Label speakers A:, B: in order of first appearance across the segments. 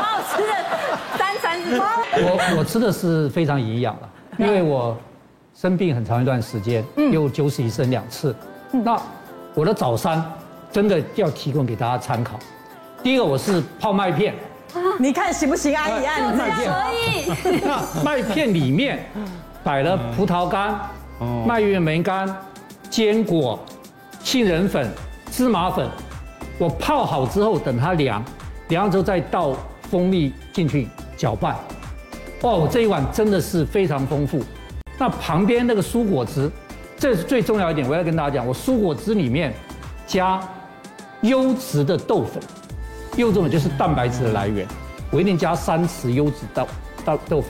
A: 吃的三餐是吗？
B: 我我吃的是非常营养了，因为我生病很长一段时间，
C: 嗯
B: 又九死一生两次。那我的早餐真的要提供给大家参考。第一个我是泡麦片，
C: 啊
B: 哎
C: 你看行不行，阿姨啊？你自
A: 这
C: 己
A: 样可以。
B: 那 麦片里面摆了葡萄干、蔓越莓干、坚果、杏仁粉、芝麻粉。我泡好之后，等它凉，凉了之后再倒蜂蜜进去搅拌。哇，我这一碗真的是非常丰富。那旁边那个蔬果汁，这是最重要一点，我要跟大家讲，我蔬果汁里面加优质的豆粉。又重点就是蛋白质的来源，我一定加三匙优质豆豆豆腐。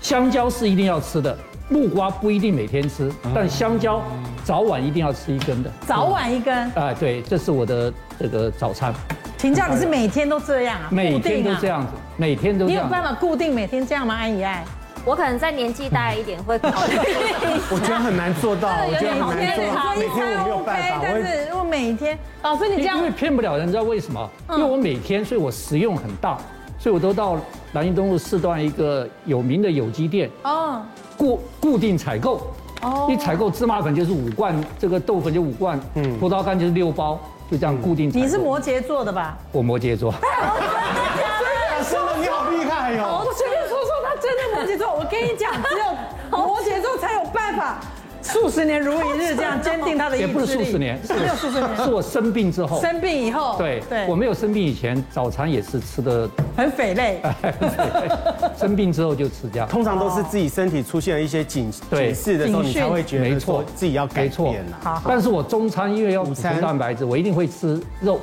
B: 香蕉是一定要吃的，木瓜不一定每天吃，但香蕉早晚一定要吃一根的。
C: 早晚一根，
B: 啊，对，这是我的这个早餐，
C: 请教你是每天都这样啊？
B: 每
C: 固
B: 天
C: 定
B: 都
C: 啊
B: 这。样子，每天都这
C: 你有
B: 样子。
C: 办法固定每天这样吗，阿姨爱？
A: 我可能再年纪大一点会考虑一下。
D: 我觉得很难做到，我 觉得很难做
C: 啊
D: 到，每天我没有办法，
C: 但
D: 我
C: 是如果每天，老师你这样嗯
B: 因为骗不了人，你知道为什么？因为我每天，所以我食用很大，所以我都到南京东路四段一个有名的有机店
C: 哦，
B: 固固定采购。
C: 哦
B: 一采购芝麻粉就是五罐，这个豆粉就五罐，嗯，葡萄干就是六包，就这样
D: 嗯
B: 固定采购。
C: 你是摩羯座的吧？
B: 我摩羯座，
D: 老师们你好厉害哦！
C: 我随便说说，他真的摩羯座。我跟你讲，只有摩羯座才有办法数十年如一日这样坚定他的意志
B: 也
C: 力。
B: 不是数十年，是
C: 没有数十年，
B: 是我生病之后。
C: 生病以后，
B: 对，
C: 对，
B: 我没有生病以前，早餐也是吃的，
C: 很匪 类。
B: 生病之后就吃这样。
D: 通常都是自己身体出现了一些警
B: 哦对
D: 警示的时候，你才会觉
B: 没
D: 得
B: 错
D: 说，自己要改
B: 没错
D: 变啊啦。
C: 好好
B: 但是我中餐因为要补
D: 午
B: 充
D: 餐
B: 蛋白质，我一定会吃肉。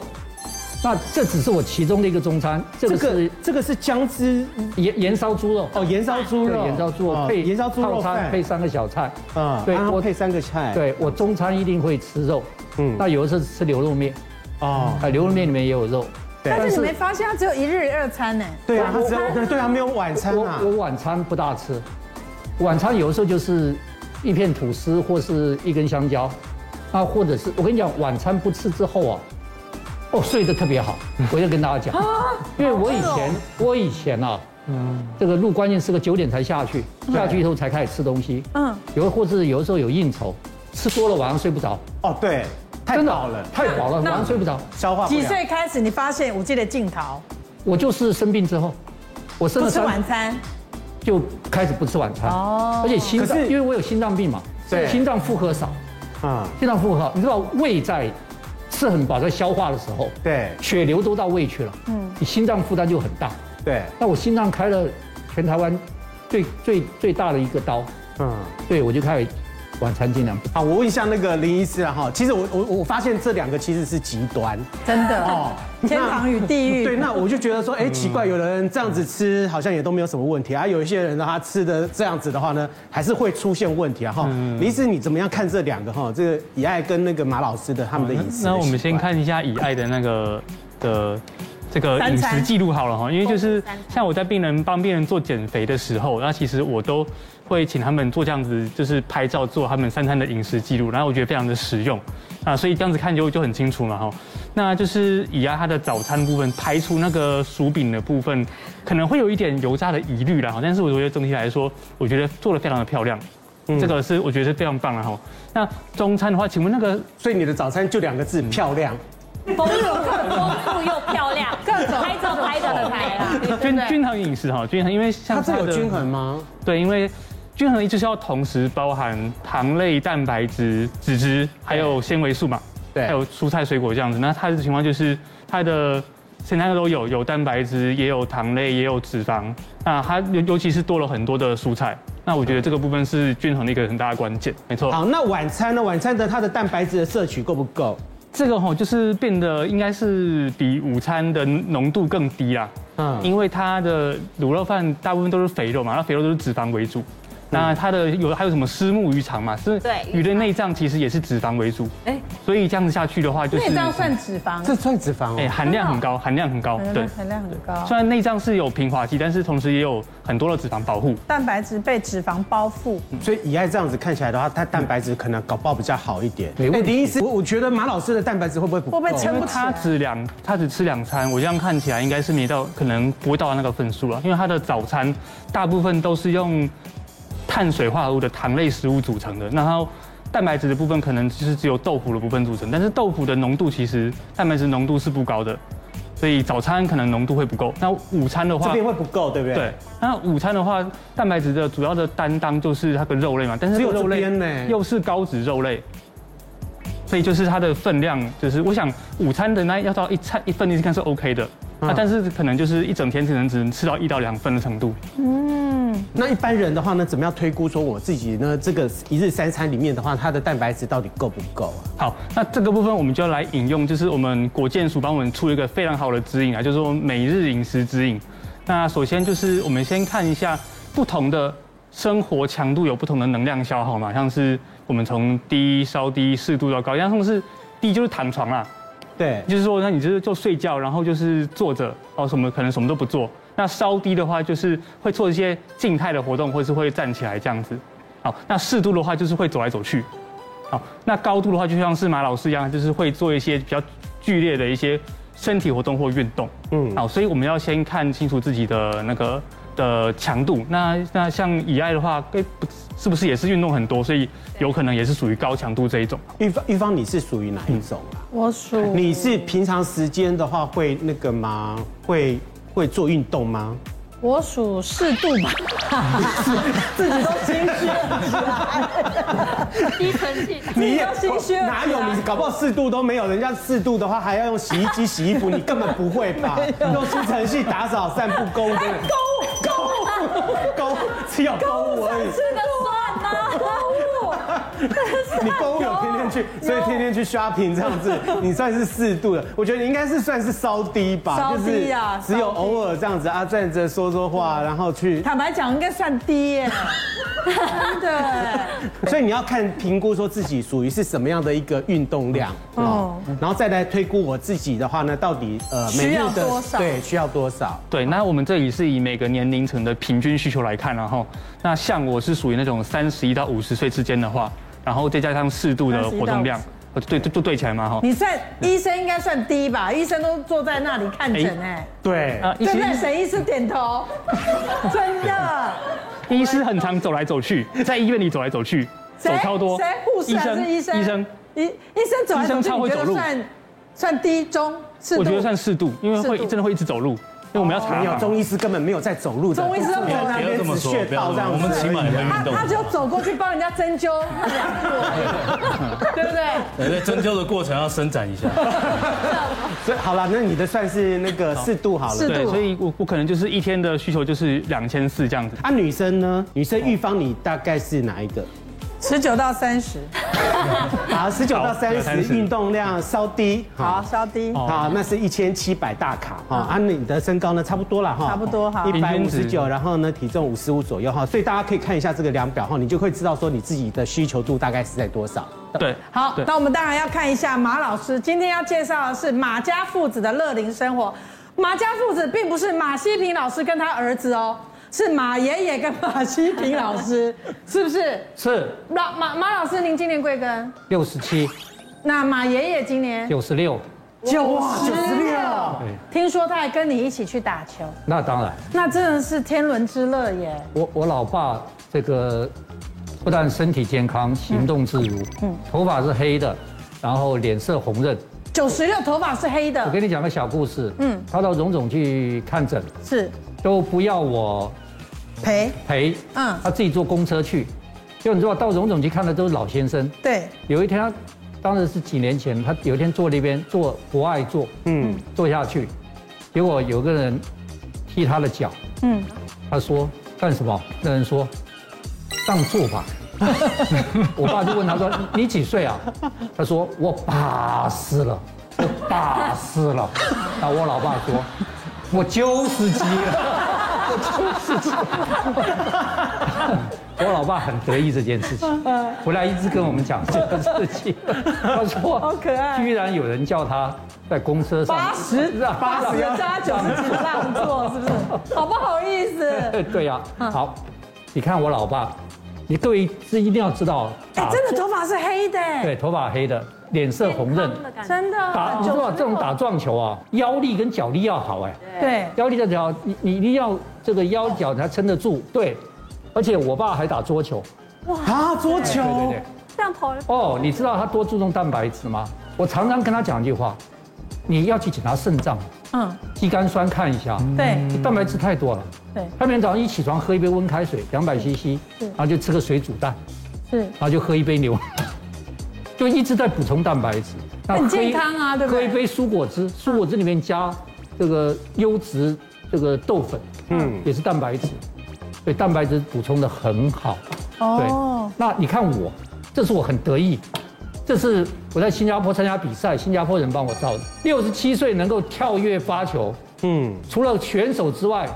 B: 那这只是我其中的一个中餐，这个
D: 这个
B: 是
D: 这个是姜汁
B: 盐盐烧猪肉。
D: 哦，盐烧猪
B: 对，
D: 肉，
B: 盐烧猪肉
D: 哦
B: 配
D: 盐烧猪
B: 套
D: 肉
B: 餐
D: 饭
B: 配，三个小菜。
D: 嗯，
B: 对
D: 对，
B: 我
D: 配三个菜，，
B: 对我中餐一定会吃肉，嗯
D: 哎嗯，
B: 那有的时候吃牛肉面，
D: 哦，
B: 啊，牛肉面里面也有肉。
C: 但
D: 对，
C: 是你没发现他只有一日二餐呢？
D: 对啊，他只有对他没有晚餐啊
B: 我，我晚餐不大吃，晚餐有的时候就是一片吐司或是一根香蕉，啊，或者是我跟你讲，晚餐不吃之后啊，哦，睡得特别 好。我就跟大家讲，
D: 啊
B: 因为我以
D: 哦
B: 前我以前啊，
D: 嗯
B: 这个入关键是个九点才下去，下去以后才开始吃东西，
C: 嗯，
B: 有的或是有的时候有应酬，吃多了晚上睡不着，
D: 哦，对，太饱了，
B: 太饱了，晚上睡不着。
D: 消化不
C: 几
D: 了。
C: 岁开始你发现我记得镜头
B: 我就是生病之后，我生
C: 不
B: 了
C: 吃
B: 三
C: 晚餐？
B: 就开始不吃晚餐，
C: 哦
B: 而且心脏，
D: 可是
B: 因为我有心脏病嘛，
D: 对
B: 心脏负荷少，
D: 啊，
B: 心脏负荷少，你知道胃在吃很饱在消化的时候，
D: 对
B: 血流都到胃去了，嗯，你心脏负担就很大。
D: 对，
B: 那我心脏开了全台湾最最最大的一个刀，
D: 嗯。
B: 对我就开始晚餐尽量不
D: 啊，我问一下那个林医师啊，哈，其实我我我发现这两个其实是极端
C: 真的
D: 哦
C: 哦，，天堂与地
D: 那
C: 狱。
D: 对，那我就觉得说，
E: 嗯
D: 哎，奇怪，有的人这样子吃好像也都没有什么问题啊，有一些人呢，他吃的这样子的话呢，还是会出现问题啊，哈。
E: 嗯
D: 林医师，你怎么样看这两个哈？这个以爱跟那个马老师的他们的饮食的习惯？
E: 那我们先看一下以爱的那个的这个
C: 三
E: 饮
C: 餐
E: 食记录好了哈，因为就是
A: 三餐
E: 像我在病人帮病人做减肥的时候，那其实我都会请他们做这样子，就是拍照做他们三餐的饮食记录，然后我觉得非常的实用啊，所以这样子看就就很清楚嘛哈。那就是以爱他的早餐部分排除那个薯饼的部分，可能会有一点油炸的疑虑啦哈，但是我觉得总体来说，我觉得做的非常的漂亮。
D: 嗯
E: 这个是我觉得是非常棒了哈。那中餐的话，请问那个
D: 所以你的早餐就两个字，漂亮。
E: 嗯
A: 丰富丰富又漂亮，各种拍照拍的很啊美啦，对不
E: 均
A: 对？
E: 均衡饮食哈，均衡，因为像
D: 它这有
E: 的
D: 均衡吗？
E: 对，因为均衡就是要同时包含糖类、蛋白质、脂质，还有纤维素嘛，
D: 对
E: 还有蔬菜水果这样子。那它的情况就是它的前三个都有，有蛋白质，也有糖类，也有脂肪。那它尤尤其是多了很多的蔬菜，那我觉得这个部分是均衡的一个很大的关键，没错。
D: 好，那晚餐呢？晚餐的它的蛋白质的摄取够不够？
E: 这个吼、就是变得应该是比午餐的浓度更低啦。
D: 嗯
E: 嗯，因为它的卤肉饭大部分都是肥肉嘛，那肥肉都是脂肪为主。那它的有还有什么虱目鱼肠嘛？是
A: 对
E: 鱼的内脏其实也是脂肪为主，
F: 哎，
E: 所以这样子下去的话，就是
F: 内脏算脂肪，
D: 这算脂肪
E: 哎
D: 哦。
E: 含量很高，含量很高，对。
C: 含嗯量很高
E: 虽，然内脏是有平滑肌，但是同时也有很多的脂肪保护。
C: 蛋白质被脂肪包覆。
D: 所以以爱这样子看起来的话，它蛋白质可能搞不好比较好一点。
B: 没问题
D: 哎林医师，我我觉得马老师的蛋白质会不会不够？
C: 会不会撑
E: 哦因
C: 不
E: 为
C: 起
E: 他
C: 来
E: 只两，他只吃两餐，我这样看起来应该是没到，可能不会到那个分数了。因为他的早餐大部分都是用碳水化合物的糖类食物组成的，然后蛋白质的部分可能就是只有豆腐的部分组成，但是豆腐的浓度其实蛋白质浓度是不高的，所以早餐可能浓度会不够。那午餐的
D: 这
E: 话
D: 边，会不够，对不对？
E: 对，那午餐的话，蛋白质的主要的担当就是它的肉类嘛，但是
D: 只有
E: 肉
D: 这
E: 类
D: 边呢
E: 又是高脂肉类，所以就是它的分量，就是我想午餐的那要到一餐一份一看是 OK 的，
D: 嗯
E: 啊，但是可能就是一整天可能只能吃到一到两份的程度。
D: 那一般人的话呢，怎么样推估说我自己呢？这个一日三餐里面的话，它的蛋白质到底够不够啊？
E: 好，那这个部分我们就要来引用，就是我们国健署帮我们出一个非常好的指引啊，就是说每日饮食指引。那首先就是我们先看一下不同的生活强度有不同的能量消耗嘛，像是我们从低稍低适度到高，像是低就是躺床啊啦，
D: 对，
E: 就是说那你就是就睡觉，然后就是坐着，哦什么可能什么都不做。那稍低的话就是会做一些静态的活动，或是会站起来这样子。好，那适度的话就是会走来走去。好，那高度的话就像是马老师一样，就是会做一些比较剧烈的一些身体活动或运动。
D: 嗯
E: 嗯，好，所以我们要先看清楚自己的那个的强度。那那像以爱的话，诶不是不是也是运动很多，所以有可能也是属于高强度这一种。
D: 玉芳，玉芳，你是属于哪一种啊？
C: 我数
D: 你是平常时间的话会那个吗？会会做运动吗？
C: 我数适度吧， 自己都心虚了，
F: 低成绩。
C: 你也心虚了
D: 哪有你搞不好四度都没有，人家四度的话还要用洗衣机洗衣服，你根本不会吧？用吸尘器打扫、散步、购物， 购物、购物，只有购物而已。
A: 这个算吗？
D: 你购物有天天去，所 以
C: 哦
D: 天天去 shopping 这样子，你算是适度的。我觉得你应该是算是稍低吧，
C: 稍低嗯啊
D: 就是只有偶尔这样子啊，站着说说话，然后去。
C: 坦白讲应该算低 耶，真的。
D: 所以你要看评估说自己属于是什么样的一个运动量
C: 嗯
D: 哦，然后再来推估我自己的话呢，到底呃每
C: 需
D: 日
C: 要
D: 的
C: 多少
D: 对需要多少？
E: 对，那我们这里是以每个年龄层的平均需求来看、然后那像我是属于那种三十一到五十岁之间的话，然后再加上适度的活动量
C: 31到50，
E: 呃对，就就对起来嘛哈。
C: 你算医生应该算低 吧？医生都坐在那里看诊哎，
D: 对，
E: 啊，医
C: 对不对？
E: 师
C: 沈医师点头， 真的。
E: 医师很常走来走去，在医院里走来走去，走
C: 谁
E: 超多。
C: 谁护士还是医生？
E: 医生，
C: 医医生走来
E: 医生
C: 走去，
E: 超
C: 你
E: 会
C: 觉得
E: 走路
C: 算算低中适度？
E: 我觉得算适度，因为会
C: 适度哦
E: 真的会一直走路，因为我们要查
D: 没有
E: 房。
D: 中医师根本没有在走路的，
C: 中医师都没有
D: 在那
G: 不要
D: 边
G: 这么
D: 止
G: 说
D: 穴，
G: 不
D: 道
G: 要
D: 这
G: 这么
D: 样
G: 说，我
D: 子而已啊。
G: 们起码也会
C: 他
G: 运动
C: 他。只有走过去帮人家针灸那两步 而已，对不对？
G: 对在针灸的过程要伸展一下，
D: 所以好了，那你的算是那个适度好了
C: 适。度
E: 对，所以我我可能就是一天的需求就是两千四这样子。
D: 啊，女生呢？女生预防你大概是哪一个？
C: 十九到三十，
D: 好，十九到三
E: 30
D: 十，运动量稍低。
C: 好，稍低。
E: 哦
D: 好，那是一千七百大卡哈，啊，那你的身高呢，差不多了哈，
C: 差不多哈
D: 一百五
E: 平均
D: 十
E: 值
D: 九，然后呢，体重五十五左右哈，所以大家可以看一下这个量表哈，你就会知道说你自己的需求度大概是在多少。
E: 对，
C: 好
E: 对，
C: 那我们当然要看一下马老师今天要介绍的是马家父子的乐龄生活。马家父子并不是马西平老师跟他儿子哦，是马爷爷跟马西平老 师，是不是？
B: 是
C: 老马马老师，您今年贵庚？
B: 六十七、
C: 那马爷爷今年
B: 九十六，
C: 九十六，听说他还跟你一起去打球，
B: 那当然。
C: 那真的是天伦之乐耶！
B: 我我老爸这个不但身体健康，行动自如，头发是黑的，然后脸色红润。
C: 九十六头发是黑
B: 我
C: 的，
B: 跟你讲个小故事，嗯，他到荣总去看诊，
C: 是
B: 都不要我
C: 陪，
B: 陪，
C: 嗯
B: 嗯，他自己坐公车去。就你知道，到荣总去看的都是老先生。
C: 对，
B: 有一天他，当然是几年前，他有一天坐那边坐不爱坐，嗯，坐下去，结果有个人踢他的脚，嗯，他说干什么？那人说让座吧。 我爸就问他说你你几岁啊？他说我八十了，我八十了。那我老爸说我九十几了。我老爸很得意这件事情，
C: 嗯
B: 回来一直跟我们讲这个事情。他说，
C: 好可爱
B: 居然有人叫他在公车上啊
C: 八 十
B: 让
C: 八十
B: 让
C: 加九十几让座，是不 是？好不好意思？
B: 对呀、
C: 嗯
B: 好，你看我老爸，你各位是一定要知道，
C: 哎，
B: 打
C: 真的头发是黑的，哎
B: 对，头发黑的，脸色红润，
C: 真的
B: 打你知道这种打撞球啊，腰力跟脚力要好哎，
C: 哦对
B: 腰力的脚你你一定要这个腰脚才撑得住，对，而且我爸还打桌球，
D: 啊，桌球
B: 对对对，
A: 这样跑了
B: 哦，你知道他多注重蛋白质吗？我常常跟他讲一句话，你要去检查肾脏，
C: 嗯，
B: 肌酐酸看一下，
C: 对
B: 蛋白质太多了。
C: 嗯对
B: 他每天早上一起床喝一杯温开水，两百 CC，然后就吃个水煮蛋，
C: 是
B: 然后就喝一杯牛奶， 就一直在补充蛋白质。那
C: 很
B: 喝一
C: 健康啊对不
B: 喝
C: 对
B: 一杯蔬果汁，蔬果汁里面加这个优质这个豆粉，嗯，也是蛋白质，对，蛋白质补充的很好。
C: 哦
B: 对，那你看我，这是我很得意。这是我在新加坡参加比赛，新加坡人帮我照的。六十七岁能够跳跃发球，
D: 嗯，
B: 除了选手之外，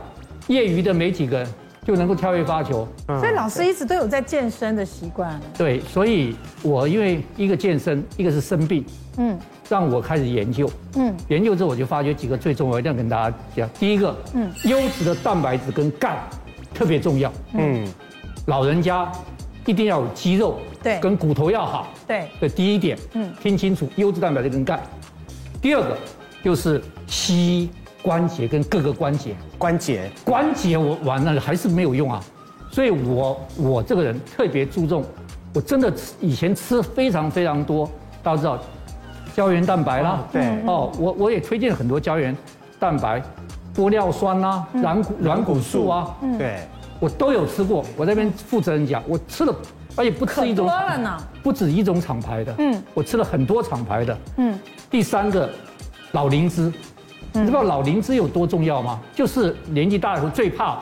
B: 业余的没几个人就能够跳跃发球。
C: 所以老师一直都有在健身的习惯。
B: 对，所以我因为一个健身，一个是生病，
C: 嗯
B: 让我开始研究。
C: 嗯，
B: 研究之后我就发觉几个最重要，一定要跟大家讲。第一个，嗯，优质的蛋白质跟钙特别重要。
D: 嗯，
B: 老人家一定要有肌肉，
C: 对
B: 跟骨头要好。
C: 对
B: 这第一点，
C: 嗯
B: 嗯，听清楚，优质蛋白质跟钙。第二个就是膝关节跟各个关节，
D: 关节
B: 关节我完了还是没有用啊，所以我我这个人特别注重，我真的吃以前吃非常非常多，大家知道胶原蛋白啦，
D: 对
B: 哦，我我也推荐很多胶原蛋白，玻尿酸啦、软骨软骨素啊，
D: 对，
B: 我都有吃过。我这边负责人讲，我吃了，而且不吃一种
C: 可多
B: 厂
C: 了呢
B: 不止一种厂牌的，
C: 嗯
B: 嗯，我吃了很多厂牌的，
C: 嗯嗯
B: 嗯。第三个，老灵芝，你知道老灵芝有多重要吗？就是年纪大的时候最怕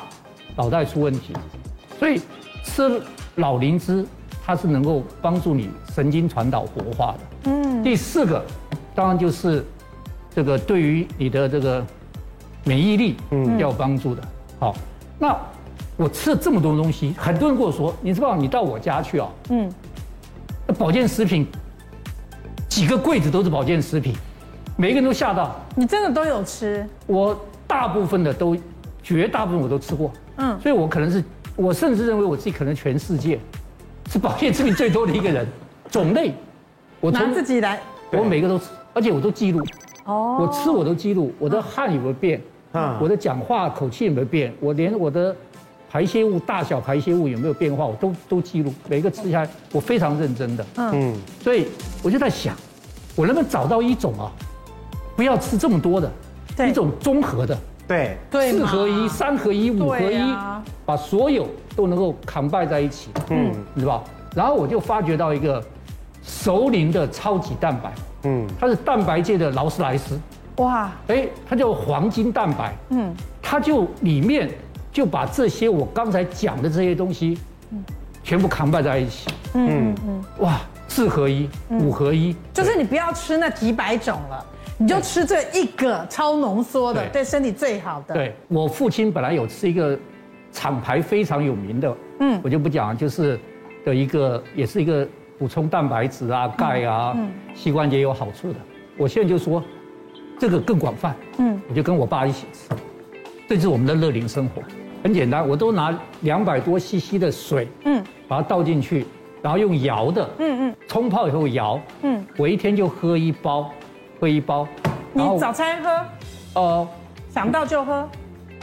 B: 脑袋出问题，所以吃老灵芝，它是能够帮助你神经传导活化的。嗯。第四个，当然就是这个对于你的这个免疫力，嗯，要有帮助的。好，那我吃了这么多东西，很多人跟我说，你知道你到我家去啊、
C: 嗯，
B: 那保健食品几个柜子都是保健食品，每一个人都吓到。
C: 你真的都有吃？
B: 我大部分的都，绝大部分我都吃过，
C: 嗯
B: 嗯，所以我可能是，我甚至认为我自己可能全世界是保健食品最多的一个人，种类，我
C: 拿
B: 从
C: 自己来
B: 我每个都吃，而且我都记录，
C: 哦，
B: 我吃我都记录，我的汗有没有变，
D: 嗯
B: 我的讲话口气有没有变，我连我的排泄物大小排泄物有没有变化，我都都记录，每个吃下来我非常认真的，
D: 嗯，
B: 所以我就在想，我能不能找到一种啊，不要吃这么多的，
C: 对
B: 一种综合的，
D: 对，
C: 对
B: 四
C: 嘛
B: 合一、三合一、五合
C: 对
B: 一，
C: 呀
B: 把所有都能够 combine 在一起，嗯，你知道吧？然后我就发掘到一个熟龄的超级蛋白，
D: 嗯，
B: 它是蛋白界的劳斯莱斯，
C: 哇，
B: 哎，它叫黄金蛋白，嗯，它就里面就把这些我刚才讲的这些东西，全部 combine 在一起，
D: 嗯，
B: 哇，四合一、五合一，
C: 就是你不要吃那几百种了，你就吃这一个超浓缩的，
B: 对
C: 对身体最好的。，
B: 对我父亲本来有吃一个厂牌非常有名的，嗯，我就不讲，就是的一个也是一个补充蛋白质啊、钙啊、膝关节有好处的。我现在就说这个更广泛，嗯，我就跟我爸一起吃，这就是我们的乐龄生活，很简单，我都拿两百多 CC 的水，嗯，把它倒进去，然后用摇的，嗯嗯，冲泡以后摇，嗯，我一天就喝一包，喝一包，
C: 你
B: 然后
C: 早餐喝，
B: 呃。
C: 想到就喝。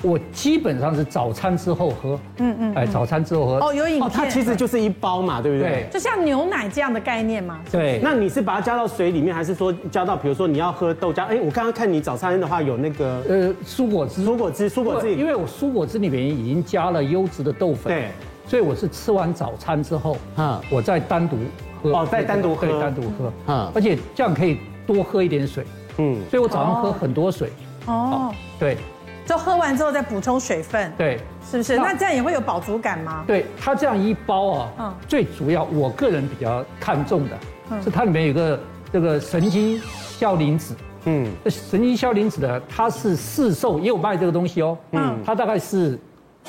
B: 我基本上是早餐之后喝，嗯嗯，哎，早餐之后喝，
C: 哦，有影
D: 哦，它
C: 片，
D: 其实就是一包嘛，对不对
B: 对？
C: 就像牛奶这样的概念嘛。
B: 对，
D: 那你是把它加到水里面，还是说加到，比如说你要喝豆浆？哎，我刚刚看你早餐的话有那个
B: 呃，蔬果汁，
D: 蔬果汁，蔬果汁
B: 因为我蔬果汁里面已经加了优质的豆粉，
D: 对，
B: 所以我是吃完早餐之后，
D: 嗯
B: 嗯，我再单独喝，
D: 哦再单独喝
B: 对，单独喝，
D: 嗯
B: 嗯，而且这样可以多喝一点水，
D: 嗯，
B: 所以我早上喝很多水，
C: 哦，
B: 对
C: 就喝完之后再补充水分，
B: 对
C: 是不是？
B: 那
C: 那这样也会有饱足感吗？
B: 对，它这样一包啊，
C: 嗯
B: 最主要我个人比较看重的、是它里面有个这个神经效磷脂，
D: 嗯
B: 这神经消磷脂的，它是市售也有卖这个东西哦。嗯，它大概是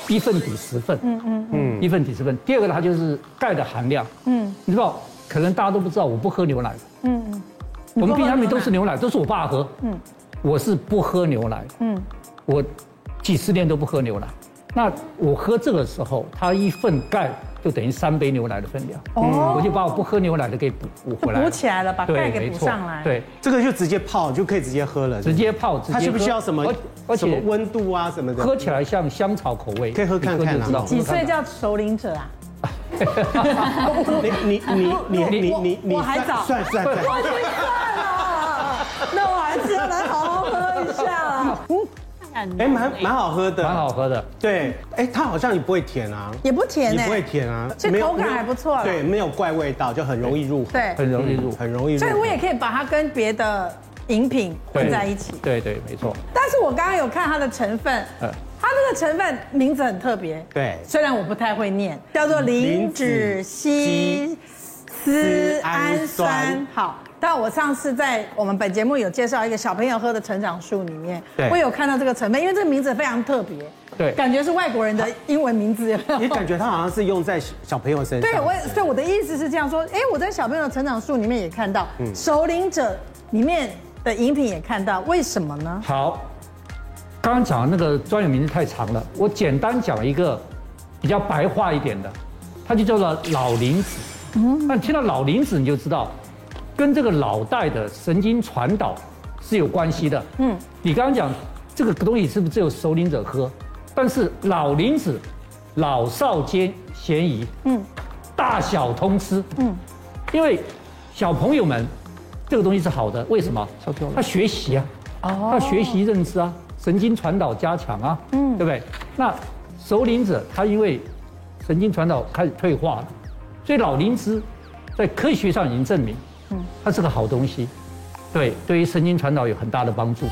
B: 一份抵十份，嗯嗯嗯，一份抵十份。第二个它就是钙的含量，嗯，你知道，可能大家都不知道，我不喝牛奶，嗯嗯，我们冰箱里都是牛奶，都是我爸喝，嗯，我是不喝牛奶，嗯，我几十年都不喝牛奶，那我喝这个时候，它一份钙就等于三杯牛奶的分量，哦，我就把我不喝牛奶的给补补
C: 就
B: 回来了，
C: 补起来了，把钙
B: 对，
C: 给
B: 没
C: 补
B: 错
C: 上来。，
B: 对，
D: 这个就直接泡就可以直接喝了，
B: 直接泡，直接
D: 它需不
B: 喝
D: 需要什么
B: 而而
D: 什么
B: 且
D: 温度啊什么的？
B: 喝起来像香草口味，
D: 可以喝看
B: 你
D: 看
B: 就
D: 啊
B: 知道
C: 几岁叫熟龄者 啊？
D: 你你你你你你你
C: 我还早
D: 算算算算，
C: 那我还是要来好好喝一下啊，
D: 哎，蛮蛮好喝的，
B: 蛮好喝的。
D: 对，哎，它好像也不会甜啊，
C: 也不甜欸
D: 也
C: 呢
D: 不。会甜啊，
C: 所以
D: 没有
C: 口感
D: 没有
C: 还不错啦
D: 对，没有怪味道，就很容易入口，
C: 对，
B: 很容易入口，
D: 很容易入口。
C: 所以我也可以把它跟别的饮品混
B: 对
C: 在一起。
B: 对对，没错。
C: 但是我刚刚有看它的成分
B: 嗯，
C: 它这个成分名字很特别，
D: 对
C: 虽然我不太会念，叫做磷脂烯丝氨酸。好，但我上次在我们本节目有介绍一个小朋友喝的成长素里面
D: 对，
C: 我有看到这个成分，因为这个名字非常特别，
B: 对
C: 感觉是外国人的英文名字。有没有
D: 也感觉它好像是用在小朋友身上。
C: 对，我也所以我的意思是这样说，哎，我在小朋友的成长书里面也看到，首领者里面的饮品也看到，为什么呢？
B: 好，刚刚讲的那个专有名字太长了，我简单讲一个比较白话一点的，它就叫做老磷脂。嗯，那你听到老磷脂你就知道，跟这个脑袋的神经传导是有关系的。嗯，你刚刚讲这个东西是不是只有熟龄者喝？但是老磷脂，老少皆咸宜。嗯，大小通吃。嗯，因为小朋友们这个东西是好的，为什么？他学习啊，他学习认知啊，神经传导加强啊，嗯，对不对？那熟龄者他因为神经传导开始退化了，所以老灵芝在科学上已经证明，嗯，它是个好东西，对，对于神经传导有很大的帮助。